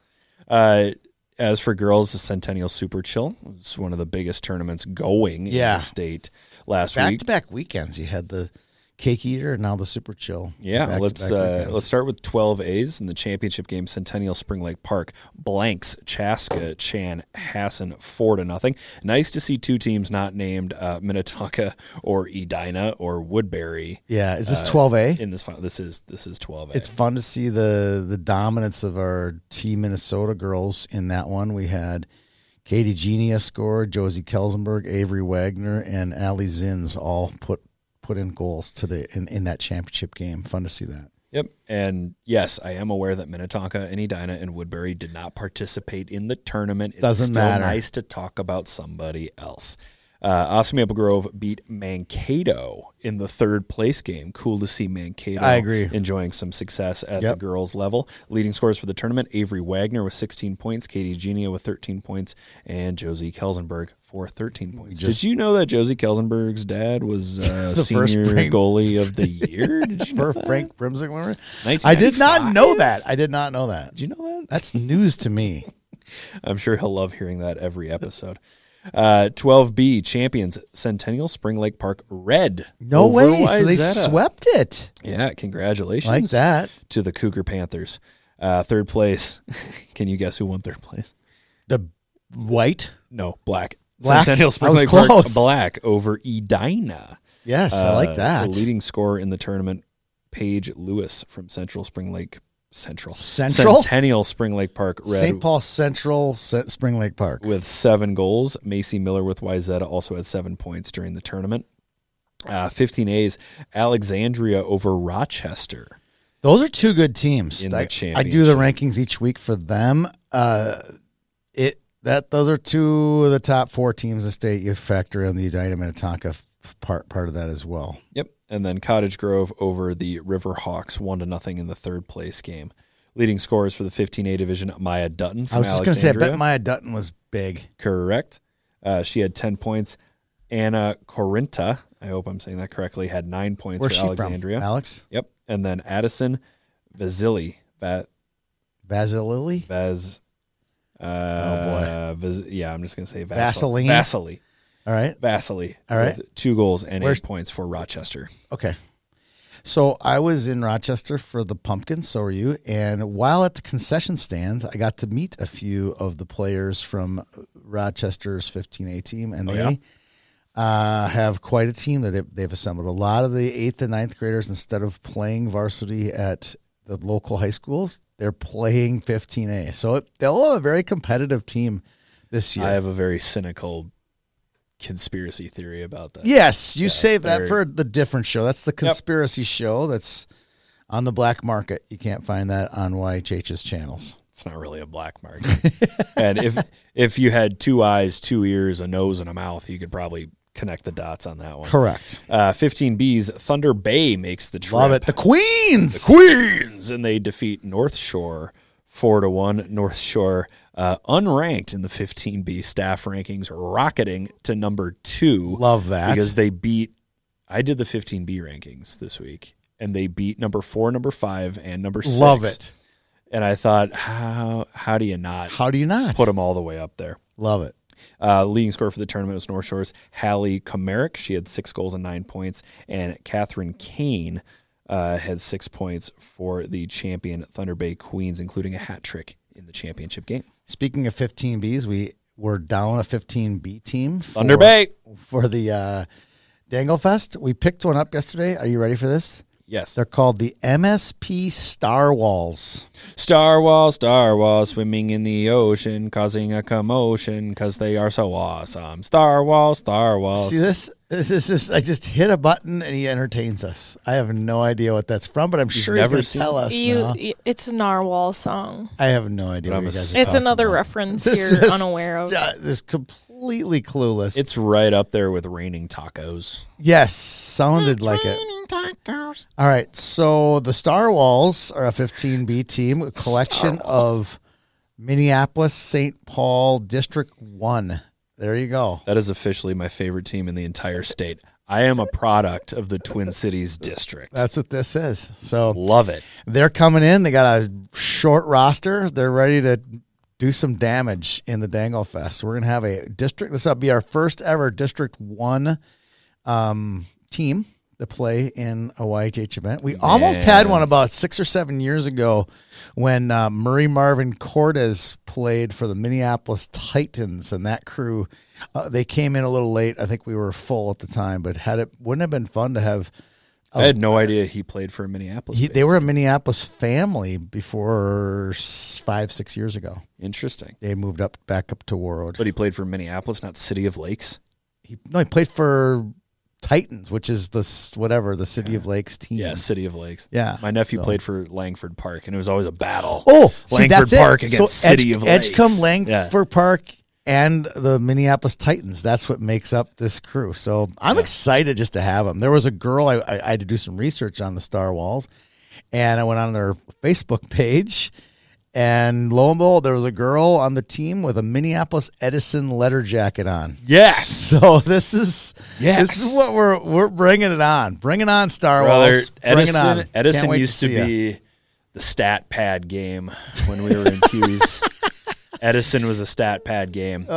Speaker 3: Uh, as for girls, the Centennial Super Chill was one of the biggest tournaments going in
Speaker 2: Yeah.
Speaker 3: the state last
Speaker 2: Back
Speaker 3: week.
Speaker 2: to back weekends, you had the cake eater and now the super chill.
Speaker 3: Yeah,
Speaker 2: Back-to-back
Speaker 3: let's uh,
Speaker 2: weekends.
Speaker 3: let's start with 12 A's in the championship game. Centennial Spring Lake Park blanks Chaska Chan Hassan four to nothing. Nice to see two teams not named uh, Minnetonka or Edina or Woodbury
Speaker 2: Yeah, is this twelve A?
Speaker 3: Uh, in this final. This is this is 12 A.
Speaker 2: It's fun to see the the dominance of our team Minnesota girls in that one. We had Katie Genius score, Josie Kelsenberg, Avery Wagner, and Allie Zins all put put in goals today in, in that championship game. Fun to see that.
Speaker 3: Yep. And yes, I am aware that Minnetonka and Edina and Woodbury did not participate in the tournament. It's
Speaker 2: Doesn't
Speaker 3: still
Speaker 2: matter.
Speaker 3: nice to talk about somebody else. Uh, Austin Maple Grove beat Mankato in the third place game. Cool to see Mankato.
Speaker 2: I agree.
Speaker 3: Enjoying some success at the
Speaker 2: Yep.
Speaker 3: girls' level. Leading scores for the tournament Avery Wagner with 16 points, Katie Genia with 13 points, and Josie Kelsenberg for 13 points.
Speaker 2: just-
Speaker 3: did you know that Josie Kelsenberg's dad was uh,
Speaker 2: The first
Speaker 3: senior
Speaker 2: brain-
Speaker 3: goalie of the year? Did you know
Speaker 2: For Frank Brimsek, remember?
Speaker 3: that?
Speaker 2: I did not
Speaker 3: 1995?
Speaker 2: know that. I did not know that.
Speaker 3: Did you know that?
Speaker 2: That's news to me.
Speaker 3: I'm sure he'll love hearing that every episode. Uh, 12B champions Centennial Spring Lake Park Red.
Speaker 2: No
Speaker 3: over
Speaker 2: way. So they
Speaker 3: Wayzata.
Speaker 2: swept it
Speaker 3: Yeah, congratulations
Speaker 2: like that.
Speaker 3: to the Cougar Panthers. Uh, third place. Can you guess who won third place?
Speaker 2: The white.
Speaker 3: No, black.
Speaker 2: Black?
Speaker 3: Centennial Spring
Speaker 2: I was
Speaker 3: Lake Park
Speaker 2: close.
Speaker 3: Black over Edina.
Speaker 2: Yes, I
Speaker 3: Uh,
Speaker 2: like that.
Speaker 3: The leading scorer in the tournament, Paige Lewis from Central Spring Lake Central
Speaker 2: Central?
Speaker 3: Centennial Spring Lake Park Red
Speaker 2: St. Paul Central, Se- Spring Lake Park.
Speaker 3: with seven goals. Macy Miller with Wyzetta also had seven points during the tournament. Uh, 15 A's, Alexandria over Rochester.
Speaker 2: Those are two good teams.
Speaker 3: In the
Speaker 2: I, I do the
Speaker 3: championship.
Speaker 2: rankings each week for them. Uh, it that those are two of the top four teams in the state. You factor in the United Minnetonka f- part part of that as well.
Speaker 3: Yep. And then Cottage Grove over the River Hawks, one to nothing in the third place game. Leading scorers for the 15A division, Maya Dutton from
Speaker 2: I was just going to say, I
Speaker 3: Alexandria.
Speaker 2: bet Maya Dutton was big.
Speaker 3: Correct. Uh, she had 10 points. Anna Corinta, I hope I'm saying that correctly, had nine points
Speaker 2: Where's
Speaker 3: for
Speaker 2: she
Speaker 3: Alexandria.
Speaker 2: from? Alex
Speaker 3: Yep. And then Addison Vasili, Va-
Speaker 2: Vasilili.
Speaker 3: Vaz.
Speaker 2: Oh,
Speaker 3: Uh, oh boy. Vaz, yeah, I'm just gonna say Vasily.
Speaker 2: Vaseline?
Speaker 3: Vasily.
Speaker 2: All right.
Speaker 3: Vasily.
Speaker 2: All right.
Speaker 3: with two goals and
Speaker 2: Where's-
Speaker 3: eight points for Rochester.
Speaker 2: Okay. So I was in Rochester for the pumpkin, so are you. And while at the concession stands, I got to meet a few of the players from Rochester's 15A team, and they uh, have quite a team that they've, they've assembled. A lot of the eighth and ninth graders, instead of playing varsity at the local high schools, they're playing 15A. So it, they'll have a very competitive team this year.
Speaker 3: I have a very cynical conspiracy theory about that.
Speaker 2: Yes, you save that
Speaker 3: they're-
Speaker 2: for the different show. That's the conspiracy show that's on the black market. You can't find that on YHH's channels.
Speaker 3: It's not really a black mark. and if if you had two eyes, two ears, a nose, and a mouth, you could probably connect the dots on that one.
Speaker 2: Correct.
Speaker 3: Uh, 15 B's Thunder Bay makes the trip.
Speaker 2: Love it. The Queens.
Speaker 3: Queens, and they defeat North Shore four to one. North Shore uh, unranked in the 15B staff rankings, rocketing to number two.
Speaker 2: Love that.
Speaker 3: because they beat. I did the 15B rankings this week, and they beat number four, number five, and number six.
Speaker 2: Love it.
Speaker 3: And I thought, how how do you not
Speaker 2: How do you not?
Speaker 3: put them all the way up there?
Speaker 2: Love it.
Speaker 3: Uh, leading scorer for the tournament was North Shore's Hallie Comerick. She had six goals and nine points. And Catherine Kane uh, had six points for the champion Thunder Bay Queens, including a hat trick in the championship game.
Speaker 2: Speaking of 15Bs, we were down a 15B team. For,
Speaker 3: Thunder Bay.
Speaker 2: For the uh, Dangle Fest. We picked one up yesterday. Are you ready for this?
Speaker 3: Yes.
Speaker 2: They're called the MSP Star Walls.
Speaker 3: Star Wall, Star Wall, swimming in the ocean, causing a commotion because they are so awesome. Star Wall, Star Wall.
Speaker 2: See this? This is just I just hit a button and he entertains us. I have no idea what that's from, but I'm sure he's
Speaker 3: never
Speaker 2: going to
Speaker 3: seen
Speaker 2: tell us.
Speaker 1: You,
Speaker 2: now.
Speaker 1: y- it's a narwhal song.
Speaker 2: I have no idea
Speaker 3: But
Speaker 2: what
Speaker 3: I'm
Speaker 2: you
Speaker 3: a
Speaker 2: guys are
Speaker 1: It's
Speaker 2: talking
Speaker 1: another
Speaker 2: about.
Speaker 1: reference
Speaker 2: This
Speaker 1: you're
Speaker 2: is-
Speaker 1: unaware of.
Speaker 2: uh, This completely clueless.
Speaker 3: It's right up there with raining tacos.
Speaker 2: yes, sounded like it. All right, so the Star Walls are a 15B team, a collection of Minneapolis St. Paul District 1. There you go.
Speaker 3: That is officially my favorite team in the entire state. I am a product of the Twin Cities district.
Speaker 2: That's what this is. So
Speaker 3: Love it.
Speaker 2: they're coming in. They got a short roster. They're ready to do some damage in the Dangle Fest. We're going to have a district. This will be our first ever District 1 um, team to play in a YHH event. We almost had one about six or seven years ago when uh, Murray Marvin Cortez played for the Minneapolis Titans, and that crew uh, they came in a little late. I think we were full at the time, but had it wouldn't have been fun to have.
Speaker 3: I had no idea he played for Minneapolis.
Speaker 2: Oh. He,
Speaker 3: based.
Speaker 2: they were a Minneapolis family before s- five six years ago.
Speaker 3: interesting,
Speaker 2: They moved up back up to Warroad.
Speaker 3: but he played for Minneapolis, not City of Lakes.
Speaker 2: He, no, he played for Titans, which is this whatever the City of Lakes team.
Speaker 3: Yeah, City of Lakes.
Speaker 2: Yeah,
Speaker 3: My nephew
Speaker 2: so.
Speaker 3: played for Langford Park, and it was always a battle.
Speaker 2: Oh, see,
Speaker 3: Langford
Speaker 2: that's
Speaker 3: Park
Speaker 2: it.
Speaker 3: against
Speaker 2: so
Speaker 3: City
Speaker 2: Edge-
Speaker 3: of Lakes.
Speaker 2: Edgecombe,
Speaker 3: Yeah.
Speaker 2: Langford Park, and the Minneapolis Titans. That's what makes up this crew. So I'm excited just to have them. There was a girl I, I, I had to do some research on the Star Walls, and I went on their Facebook page, and lo and behold, there was a girl on the team with a Minneapolis Edison letter jacket on.
Speaker 3: Yes,
Speaker 2: So this is this
Speaker 3: Yes.
Speaker 2: is what we're we're bringing it on, bringing on Star
Speaker 3: brother.
Speaker 2: Walls, bring it on.
Speaker 3: Edison.
Speaker 2: Can't
Speaker 3: Edison
Speaker 2: wait
Speaker 3: used to,
Speaker 2: see ya.
Speaker 3: be the stat pad game when we were in Pew's. Edison was a stat pad game. Uh,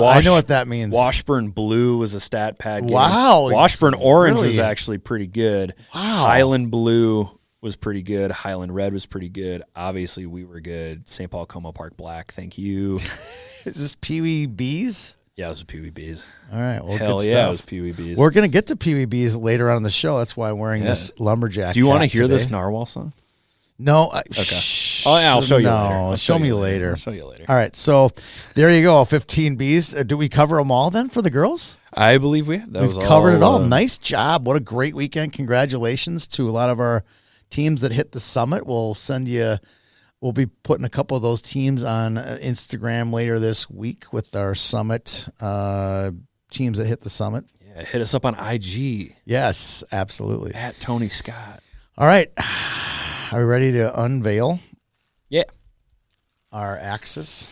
Speaker 2: Oh, I know what that means.
Speaker 3: Washburn Blue was a stat pad game.
Speaker 2: Wow,
Speaker 3: Washburn Orange was
Speaker 2: really?
Speaker 3: actually pretty good. Wow. Highland Blue was pretty good. Highland Red was pretty good. Obviously, we were good. St. Paul Como Park Black. Thank you.
Speaker 2: Is this Pee Wee Bees?
Speaker 3: Yeah, it was PWBs.
Speaker 2: All right. Well,
Speaker 3: Hell
Speaker 2: good
Speaker 3: yeah, it was E
Speaker 2: stuff.
Speaker 3: PWBs.
Speaker 2: We're gonna get to Pee Wee Bees later on in the show. That's why I'm wearing this lumberjack.
Speaker 3: Do you want to
Speaker 2: hat
Speaker 3: hear this
Speaker 2: today.
Speaker 3: narwhal song?
Speaker 2: No. I, okay.
Speaker 3: Oh, yeah, I'll show you.
Speaker 2: No.
Speaker 3: later. I'll
Speaker 2: show, me
Speaker 3: you
Speaker 2: later.
Speaker 3: I'll show you later.
Speaker 2: All right. So there you go. 15 bees. Uh, do we cover them all then for the girls?
Speaker 3: I believe we have. That was
Speaker 2: We've covered it all.
Speaker 3: uh,
Speaker 2: nice job. What a great weekend. Congratulations to a lot of our teams that hit the summit. We'll send you. We'll be putting a couple of those teams on uh, Instagram later this week with our summit uh, teams that hit the summit.
Speaker 3: yeah, hit us up on IG
Speaker 2: Yes, absolutely.
Speaker 3: at Tony Scott.
Speaker 2: All right. Are we ready to unveil
Speaker 3: Yeah.
Speaker 2: our axes?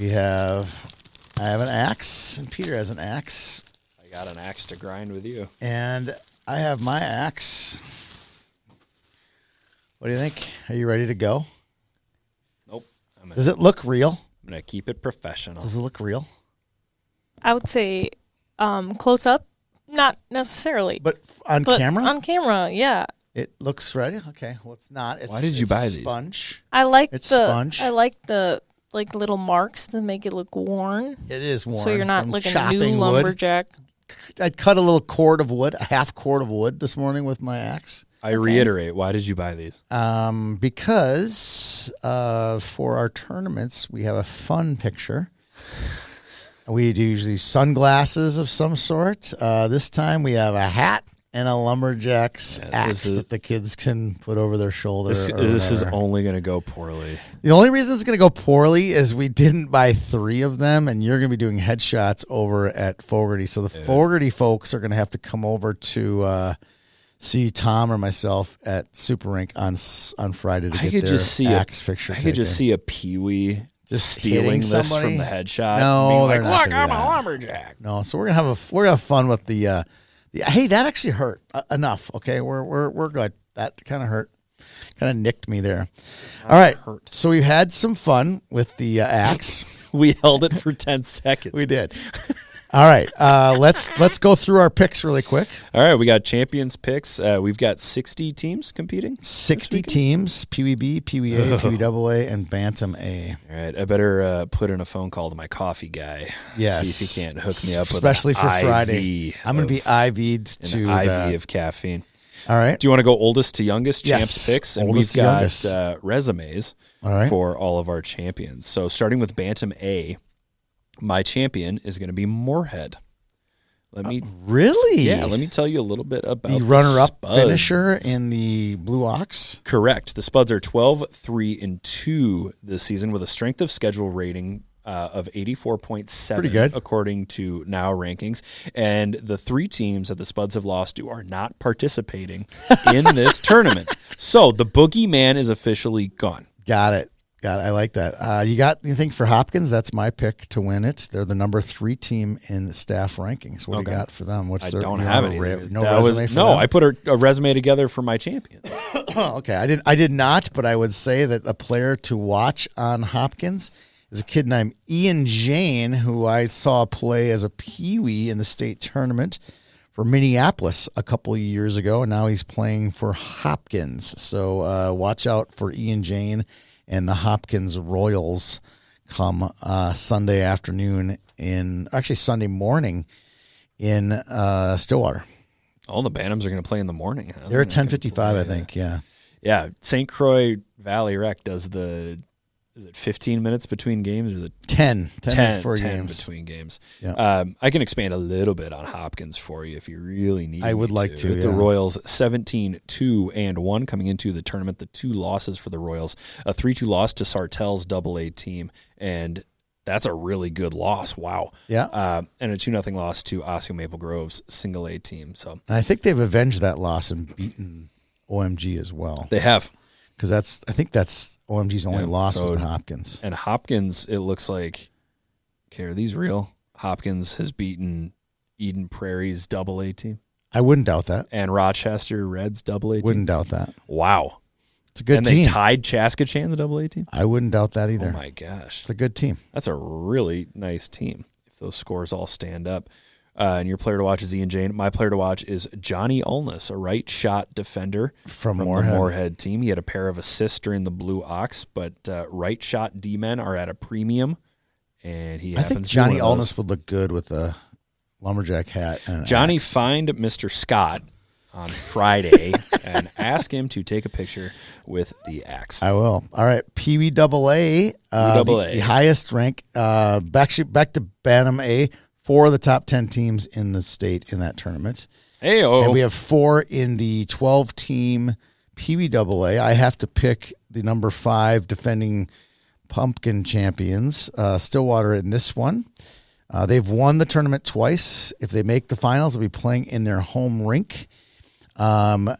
Speaker 2: We have, I have an axe, and Peter has an axe,
Speaker 3: I got an axe to grind with you.
Speaker 2: and I have my axe. What do you think? Are you ready to go?
Speaker 3: Nope. I'm gonna,
Speaker 2: Does it look real?
Speaker 3: I'm gonna keep it professional.
Speaker 2: Does it look real?
Speaker 1: I would say um, close up, not necessarily.
Speaker 2: But f- on
Speaker 1: but
Speaker 2: camera,
Speaker 1: On camera, yeah.
Speaker 2: it looks ready. Okay, well, it's not. It's,
Speaker 3: did you
Speaker 2: it's
Speaker 3: buy these?
Speaker 2: sponge.
Speaker 1: I like
Speaker 2: It's
Speaker 1: the
Speaker 2: sponge.
Speaker 1: I like the like little marks to make it look worn.
Speaker 2: It is warm.
Speaker 1: so you're not
Speaker 2: from
Speaker 1: like a new
Speaker 2: chopping wood.
Speaker 1: lumberjack.
Speaker 2: I cut a little cord of wood, a half cord of wood this morning with my axe.
Speaker 3: I reiterate, why did you buy these?
Speaker 2: Um, because uh, for our tournaments, we have a fun picture. We do usually sunglasses of some sort. Uh, this time we have a hat and a lumberjack's axe
Speaker 3: is-
Speaker 2: that the kids can put over their shoulder.
Speaker 3: This,
Speaker 2: or
Speaker 3: this is
Speaker 2: whatever.
Speaker 3: only gonna go poorly.
Speaker 2: the only reason it's going to go poorly is we didn't buy three of them, and you're going to be doing headshots over at Fogarty. So the Fogarty folks are going to have to come over to. Uh, See Tom or myself at Super Rink on s- on Friday to
Speaker 3: I
Speaker 2: get
Speaker 3: could
Speaker 2: their
Speaker 3: just see
Speaker 2: axe
Speaker 3: a,
Speaker 2: picture.
Speaker 3: I could just
Speaker 2: taken.
Speaker 3: see a peewee
Speaker 2: Just
Speaker 3: just
Speaker 2: hitting
Speaker 3: stealing this
Speaker 2: somebody?
Speaker 3: from the headshot.
Speaker 2: No,
Speaker 3: and
Speaker 2: they're not
Speaker 3: being like, look,
Speaker 2: gonna
Speaker 3: I'm
Speaker 2: do
Speaker 3: a
Speaker 2: that.
Speaker 3: lumberjack.
Speaker 2: no. So we're gonna have a f- we're gonna have fun with the uh, the hey that actually hurt uh, enough. Okay, we're we're we're good. That kind of hurt, kind of nicked me there. All right, so we had some fun with the uh, axe.
Speaker 3: We held it for ten seconds.
Speaker 2: we did. All right, uh, let's let's go through our picks really quick.
Speaker 3: All right, we got champions picks. Uh, we've got 60 teams competing.
Speaker 2: Sixty teams: PWB, PWA, PWAA, and Bantam A.
Speaker 3: All right, I better uh, put in a phone call to my coffee guy.
Speaker 2: Yes,
Speaker 3: see if he can't hook me up. With
Speaker 2: especially
Speaker 3: an
Speaker 2: for
Speaker 3: IV
Speaker 2: Friday. I'm going
Speaker 3: of-
Speaker 2: to be IV'd
Speaker 3: an
Speaker 2: to.
Speaker 3: IV
Speaker 2: that.
Speaker 3: of caffeine.
Speaker 2: All right,
Speaker 3: Do you want to go oldest to youngest
Speaker 2: Yes.
Speaker 3: champs picks? And
Speaker 2: Oldest
Speaker 3: we've
Speaker 2: to
Speaker 3: got
Speaker 2: youngest.
Speaker 3: uh, resumes
Speaker 2: All right.
Speaker 3: for all of our champions. So starting with Bantam A, my champion is going to be Moorhead. Let me,
Speaker 2: really?
Speaker 3: yeah, let me tell you a little bit about
Speaker 2: Uh, the runner-up
Speaker 3: Spuds.
Speaker 2: finisher in the Blue Ox.
Speaker 3: Correct. The Spuds are 12, 3, and 2 this season with a strength of schedule rating uh, of 84.7,
Speaker 2: Pretty good.
Speaker 3: according to now rankings. And the three teams that the Spuds have lost to are not participating in this tournament. So the boogeyman is officially gone.
Speaker 2: Got it. Got it. I like that. Uh, you got anything for Hopkins? That's my pick to win it. They're the number three team in the staff rankings. What do
Speaker 3: Okay.
Speaker 2: you got for them? What's
Speaker 3: I
Speaker 2: their,
Speaker 3: don't
Speaker 2: you
Speaker 3: have
Speaker 2: a
Speaker 3: any.
Speaker 2: re- no
Speaker 3: That
Speaker 2: resume
Speaker 3: was,
Speaker 2: for
Speaker 3: no
Speaker 2: them?
Speaker 3: I put a, a resume together for my champion.
Speaker 2: Oh, okay. I did. I did not, but I would say that a player to watch on Hopkins is a kid named Ian Jane, who I saw play as a peewee in the state tournament for Minneapolis a couple of years ago, and now he's playing for Hopkins. So uh, watch out for Ian Jane and the Hopkins Royals come uh, Sunday afternoon in actually Sunday morning in uh, Stillwater.
Speaker 3: All the Bantams are going to play in the morning. Huh?
Speaker 2: They're at ten fifty five, I think. Yeah.
Speaker 3: Yeah, St. Croix Valley Rec does the is it 15 minutes between games or the
Speaker 2: 10, 10,
Speaker 3: 10,
Speaker 2: before
Speaker 3: 10
Speaker 2: games.
Speaker 3: between games.
Speaker 2: Yeah.
Speaker 3: Um, I can expand a little bit on Hopkins for you if you really need
Speaker 2: I would
Speaker 3: me
Speaker 2: like to,
Speaker 3: The
Speaker 2: yeah.
Speaker 3: Royals 17 2 and 1 coming into the tournament. The two losses for the Royals a 3 2 loss to Sartell's double A team. And that's a really good loss. Wow.
Speaker 2: Yeah.
Speaker 3: Uh, and a 2 0 loss to Osseo Maple Grove's single A team. So
Speaker 2: And I think they've avenged that loss and beaten OMG as well.
Speaker 3: they have.
Speaker 2: Because that's, I think that's OMG's only
Speaker 3: Yeah,
Speaker 2: loss was
Speaker 3: so-
Speaker 2: to Hopkins.
Speaker 3: And Hopkins, it looks like, okay, are these real? Hopkins has beaten Eden Prairie's double A team.
Speaker 2: I wouldn't doubt that.
Speaker 3: and Rochester Reds double A team.
Speaker 2: Wouldn't doubt that.
Speaker 3: Wow.
Speaker 2: It's a good
Speaker 3: and
Speaker 2: team.
Speaker 3: they tied Chaskachan's double A team.
Speaker 2: I wouldn't doubt that
Speaker 3: Oh
Speaker 2: either.
Speaker 3: my gosh.
Speaker 2: it's a good team.
Speaker 3: That's a really nice team if those scores all stand up. Uh, and your player to watch is Ian Jane. My player to watch is Johnny Olness, a right shot defender
Speaker 2: From
Speaker 3: the
Speaker 2: Moorhead.
Speaker 3: Moorhead team. He had a pair of assists during the Blue Ox, but uh, right shot D men are at a premium. And he
Speaker 2: I
Speaker 3: happens
Speaker 2: think
Speaker 3: to be one
Speaker 2: Johnny
Speaker 3: of those.
Speaker 2: Alness would look good with a lumberjack hat. And an
Speaker 3: Johnny,
Speaker 2: axe.
Speaker 3: find Mr. Scott on Friday and ask him to take a picture with the axe.
Speaker 2: I will. All right. PBAA. Uh, the,
Speaker 3: PBAA.
Speaker 2: the highest rank. Uh, back, back to Bantam A. Four of the top 10 teams in the state in that tournament.
Speaker 3: Hey,
Speaker 2: And
Speaker 3: oh,
Speaker 2: we have four in the 12 team PBAA. I have to pick the number five defending pumpkin champions, uh, Stillwater, in this one. Uh, they've won the tournament twice. If they make the finals, they'll be playing in their home rink. Um,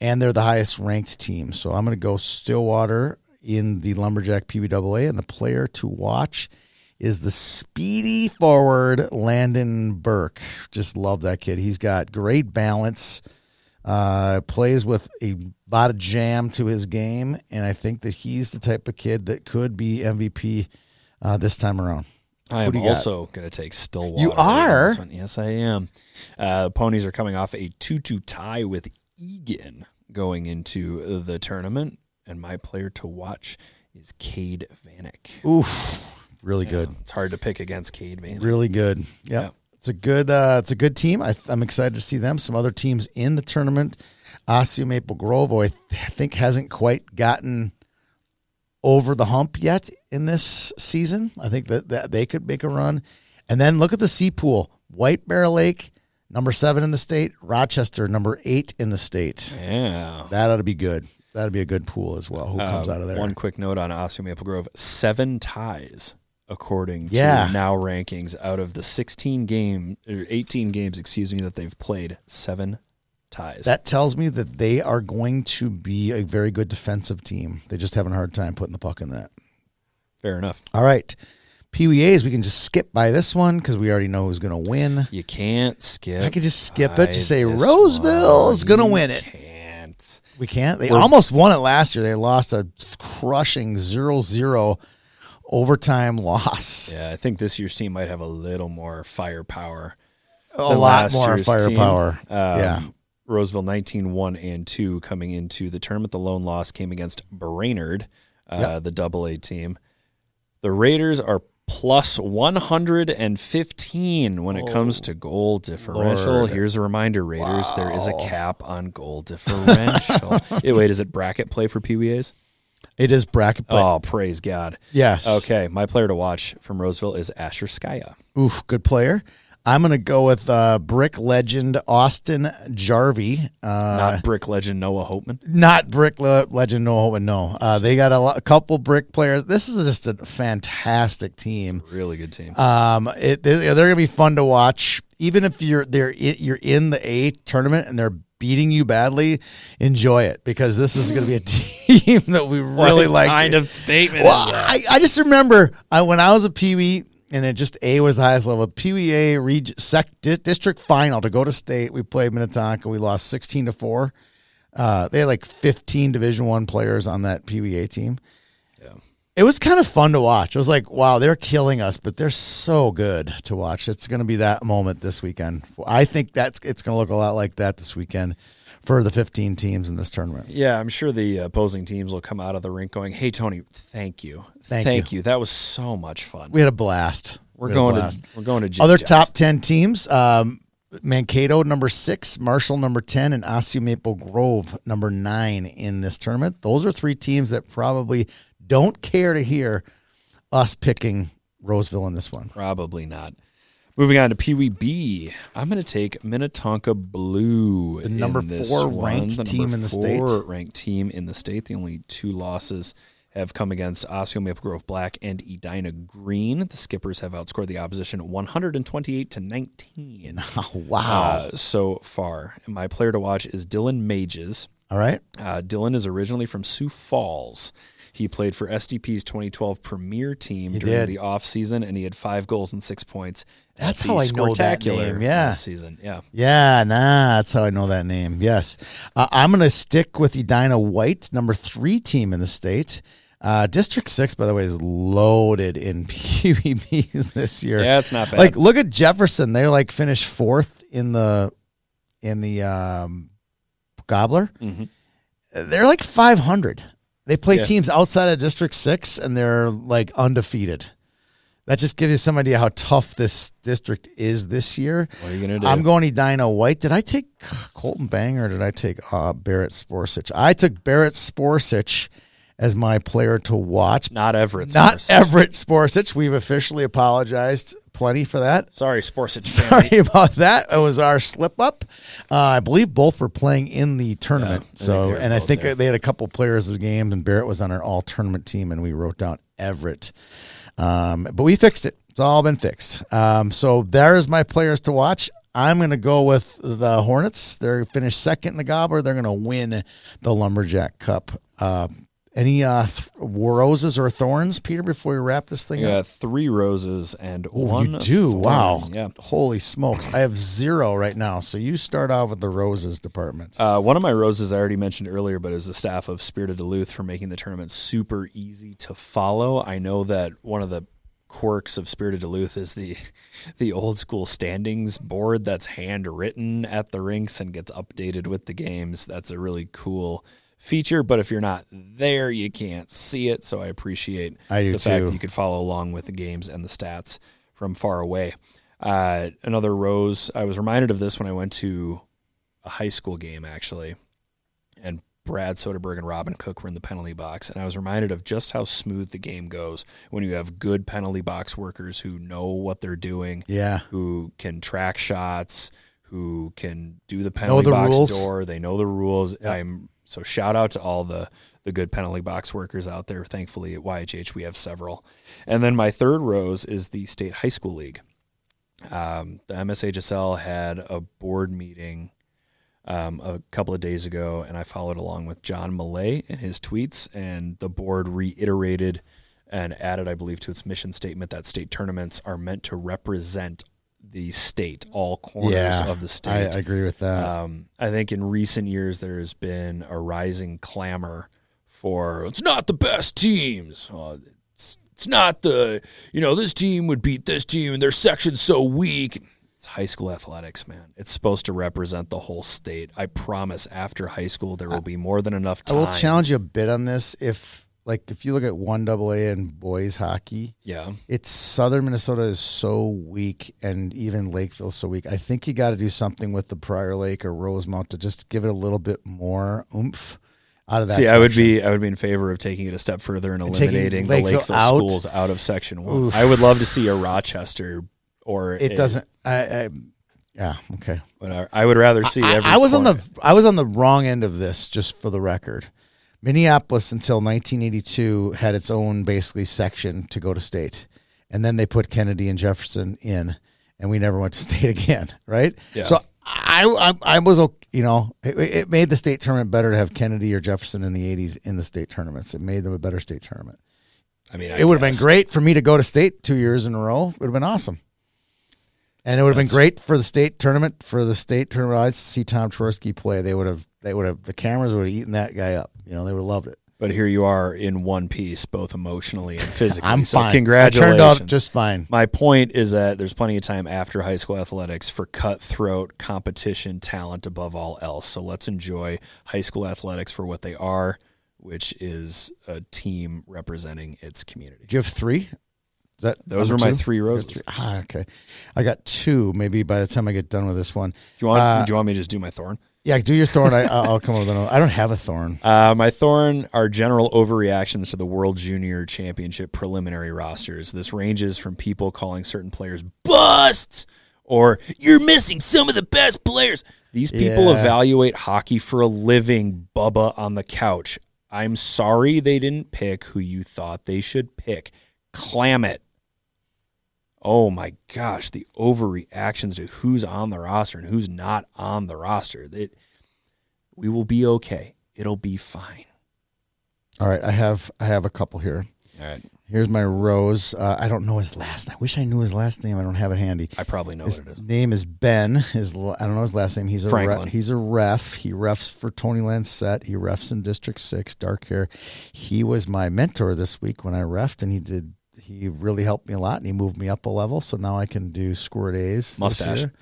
Speaker 2: and they're the highest ranked team. So I'm going to go Stillwater in the Lumberjack PBAA. And the player to watch is the speedy forward, Landon Burke. Just love that kid. He's got great balance, uh, plays with a lot of jam to his game. And I think that he's the type of kid that could be MVP uh, this time around.
Speaker 3: I am
Speaker 2: do you got?
Speaker 3: also going to take Stillwater.
Speaker 2: You
Speaker 3: on
Speaker 2: are?
Speaker 3: this one. Yes, I am. Uh, ponies are coming off a 2 2 tie with Egan going into the tournament. And my player to watch is Cade Vanek.
Speaker 2: Oof. Really good.
Speaker 3: It's hard to pick against Cade Vanek.
Speaker 2: Really good. Yeah.
Speaker 3: Yeah.
Speaker 2: It's a good uh, it's a good team. I, I'm excited to see them. Some other teams in the tournament. Osseo Maple Grove, who I, th- I think hasn't quite gotten over the hump yet in this season. I think that, that they could make a run. And then look at the sea pool. White Bear Lake, number seven in the state. Rochester, number eight in the state.
Speaker 3: Yeah.
Speaker 2: That ought to be good. That would be a good pool as well. Who comes
Speaker 3: Uh,
Speaker 2: out of there?
Speaker 3: One quick note on Osseo Maple Grove: seven ties, according
Speaker 2: Yeah.
Speaker 3: to now rankings, out of the sixteen game or eighteen games, excuse me, that they've played, seven ties.
Speaker 2: That tells me that they are going to be a very good defensive team. They just having a hard time putting the puck in the net.
Speaker 3: Fair enough.
Speaker 2: All right. PWAs, we can just skip by this one because we already know who's going to win.
Speaker 3: You can't skip.
Speaker 2: I could just skip it. Just say
Speaker 3: by this
Speaker 2: Roseville's
Speaker 3: one.
Speaker 2: gonna
Speaker 3: You
Speaker 2: win it.
Speaker 3: Can't.
Speaker 2: We can't. They almost won it last year. They lost a crushing 0 0 overtime loss.
Speaker 3: Yeah, I think this year's team might have a little more firepower.
Speaker 2: a
Speaker 3: than
Speaker 2: lot
Speaker 3: last
Speaker 2: more
Speaker 3: year's
Speaker 2: firepower.
Speaker 3: team. Um,
Speaker 2: yeah.
Speaker 3: Roseville 19 1 and 2 coming into the tournament. The lone loss came against Brainerd, uh, the double A team. The Raiders are plus 115 when it comes to goal differential.
Speaker 2: Oh, Lord.
Speaker 3: Here's a reminder, Raiders, there is a cap on goal differential. Hey, wait, is it bracket play for PBAs?
Speaker 2: It is bracket play.
Speaker 3: Oh, praise God.
Speaker 2: yes.
Speaker 3: Okay, my player to watch from Roseville is Asher Skaya.
Speaker 2: Oof, good player. I'm going to go with uh, brick legend Austin Jarvie. Uh,
Speaker 3: Not brick legend Noah Hopeman.
Speaker 2: not brick le- legend no and no uh, they got a, lo- a couple brick players this is just a fantastic team
Speaker 3: Really good team.
Speaker 2: um it, they- they're gonna be fun to watch even if you're they're i- you're in the a tournament and they're beating you badly enjoy it because this is gonna be a team that we really like
Speaker 3: kind of statement.
Speaker 2: well, I, I just remember I, when I was a Pee Wee, and it just A was the highest level. Pee Wee A reg- sec, di- district final to go to state. We played Minnetonka. We lost sixteen to four. Uh, they had like fifteen Division One players on that Pee Wee A team. It was kind of fun to watch. It was like, wow, they're killing us, but they're so good to watch. It's going to be that moment this weekend. I think that's it's going to look a lot like that this weekend for the 15 teams in this tournament.
Speaker 3: yeah, I'm sure the opposing teams will come out of the rink going, "Hey, Tony, thank you,
Speaker 2: Thank
Speaker 3: you. That was so much fun.
Speaker 2: We had a blast.
Speaker 3: We're
Speaker 2: We had a
Speaker 3: going to
Speaker 2: blast.
Speaker 3: we're going to Jim
Speaker 2: Other
Speaker 3: Jacks.
Speaker 2: top 10 teams um, Mankato, number six, Marshall, number 10, and Osseo Maple Grove, number nine in this tournament. Those are three teams that probably don't care to hear us picking Roseville in this one.
Speaker 3: Probably not. Moving on to Pee Wee B, I'm going to take Minnetonka Blue, the
Speaker 2: number four ranked team in the state.
Speaker 3: Ranked team in the state. The only two losses have come against Osseo Maple Grove Black and Edina Green. The Skippers have outscored the opposition 128 to 19.
Speaker 2: wow.
Speaker 3: uh, so far. And my player to watch is Dylan Mages.
Speaker 2: All right.
Speaker 3: Uh, Dylan is originally from Sioux Falls. He played for SDP's 2012 Premier Team during
Speaker 2: did.
Speaker 3: the offseason, and he had five goals and six points. at
Speaker 2: That's
Speaker 3: the
Speaker 2: how I know that
Speaker 3: Scortacular
Speaker 2: name, yeah.
Speaker 3: last season. Yeah.
Speaker 2: Yeah, nah, that's how I know that name. Yes. Uh, I'm going to stick with Edina White, number three team in the state. Uh, District 6, by the way, is loaded in PBBs this year.
Speaker 3: Yeah, it's not bad.
Speaker 2: Like, look at Jefferson. They like finished fourth in the in the um, Gobbler. They're like 500. They play
Speaker 3: Mm-hmm. Yeah.
Speaker 2: teams outside of District Six, and they're like undefeated. That just gives you some idea how tough this district is this year.
Speaker 3: What are you going to do?
Speaker 2: I'm going Edina White. Did I take Colton Bang or did I take uh, Barrett Sporcich? I took Barrett Sporcich as my player to watch.
Speaker 3: Not Everett.
Speaker 2: Not
Speaker 3: Sports.
Speaker 2: Everett Sporcich. We've officially apologized plenty for that.
Speaker 3: Sorry, Sports.
Speaker 2: Sorry about that. It was our slip up. Uh, I believe both were playing in the tournament.
Speaker 3: think
Speaker 2: so,
Speaker 3: they were
Speaker 2: and I
Speaker 3: both
Speaker 2: think
Speaker 3: there.
Speaker 2: they had a couple players of the games, and Barrett was on our all tournament team, and we wrote down Everett. Um, but we fixed it. It's all been fixed. Um, so there is my players to watch. I'm going to go with the Hornets. They're finished second in the Gobbler. They're going to win the Lumberjack Cup. Uh, any uh, th- roses or thorns, Peter? Before we wrap this thing up,
Speaker 3: Yeah, three roses and
Speaker 2: Oh,
Speaker 3: one.
Speaker 2: you do?
Speaker 3: thorn.
Speaker 2: Wow.
Speaker 3: Yeah.
Speaker 2: Holy smokes. I have zero right now. So you start off with the roses department.
Speaker 3: Uh, one of my roses I already mentioned earlier, but it was the staff of Spirit of Duluth for making the tournament super easy to follow. I know that one of the quirks of Spirit of Duluth is the the old school standings board that's handwritten at the rinks and gets updated with the games. That's a really cool feature, but if you're not there, you can't see it. So I appreciate
Speaker 2: I do
Speaker 3: the fact
Speaker 2: too.
Speaker 3: that you could follow along with the games and the stats from far away. Uh, another rose. I was reminded of this when I went to a high school game actually, and Brad Soderberg and Robin Cook were in the penalty box, and I was reminded of just how smooth the game goes when you have good penalty box workers who know what they're doing,
Speaker 2: yeah.
Speaker 3: who can track shots, who can do the penalty
Speaker 2: the
Speaker 3: box
Speaker 2: rules.
Speaker 3: door. They know the rules. I'm so shout out to all the the good penalty box workers out there. Thankfully at YHH we have several. And then my third rose is the state high school league. Um, the MSHSL had a board meeting um, a couple of days ago, and I followed along with John Millay and his tweets. And the board reiterated and added, I believe, to its mission statement that state tournaments are meant to represent the state, all corners
Speaker 2: Yeah.
Speaker 3: of the state.
Speaker 2: I, I agree with that.
Speaker 3: Um, I think in recent years there has been a rising clamor for Uh, it's not the best teams. Well, it's, It's not the, you know, this team would beat this team and their section's so weak. It's high school athletics, man. It's supposed to represent the whole state. I promise after high school, there will be more than enough
Speaker 2: I
Speaker 3: time.
Speaker 2: will challenge you a bit on this. If like if you look at one double A and boys hockey,
Speaker 3: Yeah.
Speaker 2: it's Southern Minnesota is so weak, and even Lakeville's so weak. I think you got to do something with the Prior Lake or Rosemount to just give it a little bit more oomph out of that.
Speaker 3: See, I would
Speaker 2: section.
Speaker 3: be I would be in favor of taking it a step further and
Speaker 2: taking
Speaker 3: eliminating the
Speaker 2: Lakeville
Speaker 3: Lakeville
Speaker 2: out?
Speaker 3: schools out of Section One.
Speaker 2: Oof.
Speaker 3: I would love to see a Rochester or
Speaker 2: It
Speaker 3: a-
Speaker 2: doesn't. I, I yeah okay.
Speaker 3: But I, I would rather see.
Speaker 2: I,
Speaker 3: every
Speaker 2: I was on
Speaker 3: corner.
Speaker 2: the I was on the wrong end of this, just for the record. Minneapolis until 1982 had its own basically section to go to state, and then they put Kennedy and Jefferson in, and we never went to state again, right?
Speaker 3: Yeah.
Speaker 2: So I, I I was okay, you know it, it made the state tournament better to have Kennedy or Jefferson in the 80s in the state tournaments. It made them a better state tournament.
Speaker 3: I mean, I
Speaker 2: It would have been
Speaker 3: guess.
Speaker 2: great for me to go to state two years in a row. It would have been awesome. And it would have been
Speaker 3: That's-
Speaker 2: great for the state tournament. For the state tournament, I'd see Tom Chorsky play. They would have. They would have. The cameras would have eaten that guy up. You know, they would have loved it.
Speaker 3: But here you are in one piece, both emotionally and physically.
Speaker 2: I'm
Speaker 3: so
Speaker 2: fine.
Speaker 3: Congratulations.
Speaker 2: I turned out just fine.
Speaker 3: My point is that there's plenty of time after high school athletics for cutthroat competition, talent above all else. So let's enjoy high school athletics for what they are, which is a team representing its community.
Speaker 2: Did you have three? Is that
Speaker 3: Those were
Speaker 2: number
Speaker 3: my
Speaker 2: two?
Speaker 3: three
Speaker 2: You got
Speaker 3: roses.
Speaker 2: three. Ah, okay. I got two. Maybe by the time I get done with this one,
Speaker 3: Do you want?
Speaker 2: Uh,
Speaker 3: do you want me to just do my thorn?
Speaker 2: yeah, do your thorn. I, I'll I'll come up with another. I don't have a thorn.
Speaker 3: Uh, my thorn are general overreactions to the World Junior Championship preliminary rosters. This ranges from people calling certain players busts or you're missing some of the best players. These people
Speaker 2: Yeah.
Speaker 3: evaluate hockey for a living, Bubba on the couch. I'm sorry they didn't pick who you thought they should pick. Clam it. Oh my gosh, the overreactions to who's on the roster and who's not on the roster. It, we will be okay. It'll be fine.
Speaker 2: All right, I have. I have a couple here.
Speaker 3: All right.
Speaker 2: Here's my rose. Uh, I don't know his last. I wish I knew his last name. I don't have it handy.
Speaker 3: I probably know
Speaker 2: His
Speaker 3: what it is.
Speaker 2: name is Ben. His l- I don't know his last name. He's a
Speaker 3: Franklin.
Speaker 2: ref, he's a ref. He refs for Tony Lancet. He refs in District Six. Dark hair. He was my mentor this week when I refed, and he did. He really helped me a lot, and he moved me up a level. So now I can do squirt A's. this
Speaker 3: Mustache.
Speaker 2: year.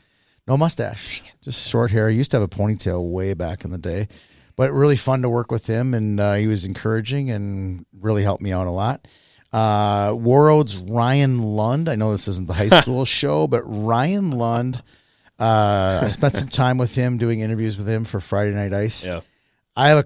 Speaker 2: No mustache. Just short hair. I used to have a ponytail way back in the day, but really fun to work with him, and uh, he was encouraging and really helped me out a lot. Uh, Warroad's Ryan Lund. I know this isn't the high school show, but Ryan Lund. Uh, I spent some time with him doing interviews with him for Friday Night Ice.
Speaker 3: Yeah.
Speaker 2: I have a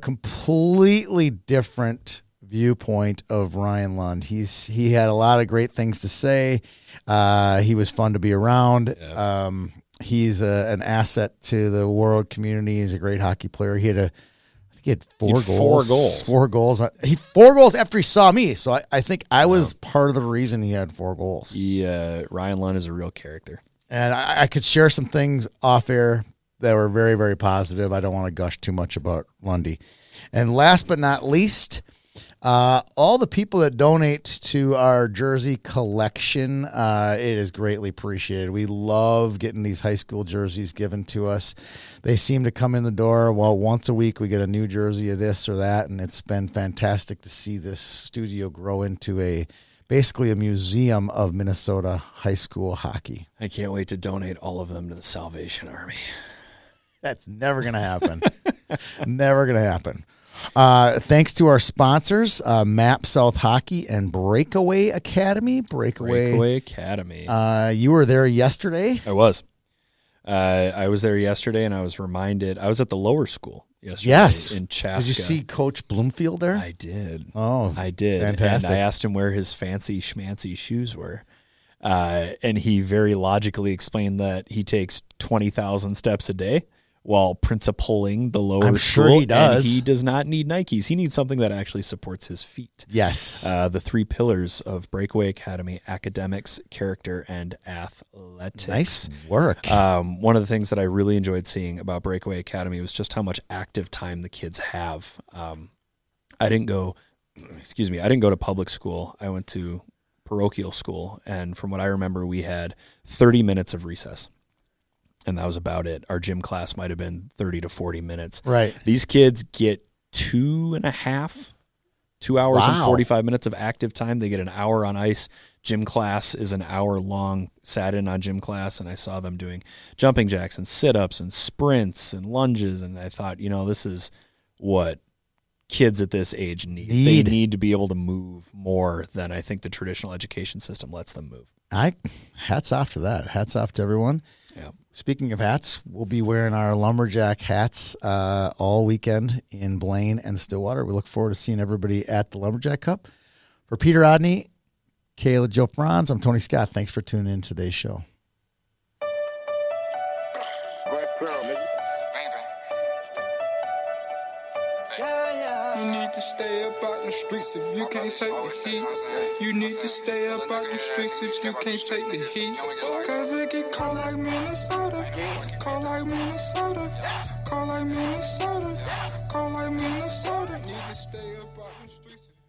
Speaker 2: completely different viewpoint of Ryan Lund. He's he had a lot of great things to say. Uh, he was fun to be around. Um, he's a, an asset to the world community. He's a great hockey player. He had a I think he had four
Speaker 3: He had
Speaker 2: goals.
Speaker 3: four goals.
Speaker 2: Four goals. He four goals after he saw me. So I, I think I was part of the reason he had four goals.
Speaker 3: He, uh, Ryan Lund is a real character.
Speaker 2: And I, I could share some things off air that were very, very positive. I don't want to gush too much about Lundy. And last but not least, uh, all the people that donate to our jersey collection, uh, it is greatly appreciated. We love getting these high school jerseys given to us. They seem to come in the door. Well, once a week we get a new jersey of this or that, and it's been fantastic to see this studio grow into a basically a museum of Minnesota high school hockey.
Speaker 3: I can't wait to donate all of them to the Salvation Army.
Speaker 2: That's never going to happen. never going to happen. Uh, thanks to our sponsors, uh, Map South Hockey and Breakaway Academy. Breakaway.
Speaker 3: Breakaway Academy.
Speaker 2: Uh, you were there yesterday.
Speaker 3: I was. Uh, I was there yesterday, and I was reminded. I was at the lower school yesterday.
Speaker 2: Yes.
Speaker 3: in Chaska.
Speaker 2: Did you see Coach Bloomfield there?
Speaker 3: I did.
Speaker 2: oh,
Speaker 3: I did.
Speaker 2: Fantastic.
Speaker 3: And I asked him where his fancy schmancy shoes were. Uh, and he very logically explained that he takes 20,000 steps a day while principaling the lower
Speaker 2: I'm
Speaker 3: school.
Speaker 2: sure he
Speaker 3: and
Speaker 2: does.
Speaker 3: he does not need Nikes. He needs something that actually supports his feet.
Speaker 2: yes.
Speaker 3: Uh, the three pillars of Breakaway Academy academics, character, and athletics.
Speaker 2: nice work.
Speaker 3: Um, one of the things that I really enjoyed seeing about Breakaway Academy was just how much active time the kids have. Um, I didn't go, excuse me, I didn't go to public school. I went to parochial school, and from what I remember, we had 30 minutes of recess, and that was about it. Our gym class might have been 30 to 40 minutes.
Speaker 2: right.
Speaker 3: These kids get two and a half, Two hours and
Speaker 2: Wow.
Speaker 3: 45 minutes of active time. They get an hour on ice. Gym class is an hour long. Sat in on gym class and I saw them doing jumping jacks and sit ups and sprints and lunges. And I thought, you know, this is what kids at this age need.
Speaker 2: Need.
Speaker 3: They need to be able to move more than I think the traditional education system lets them move.
Speaker 2: I hats off to that. Hats off to everyone.
Speaker 3: Yeah.
Speaker 2: Speaking of hats, we'll be wearing our lumberjack hats uh, all weekend in Blaine and Stillwater. We look forward to seeing everybody at the Lumberjack Cup. For Peter Odney, Kayla Joe Franz, I'm Tony Scott. Thanks for tuning in to today's show.
Speaker 5: Right through, nigga.
Speaker 4: You need to stay up out in the streets if you can't take the heat. You need to stay up out in the streets if you can't take the heat. Cause it get cold like Minnesota. Cold like Minnesota. Cold like Minnesota. Cold like Minnesota. Need to stay up out in the streets. if-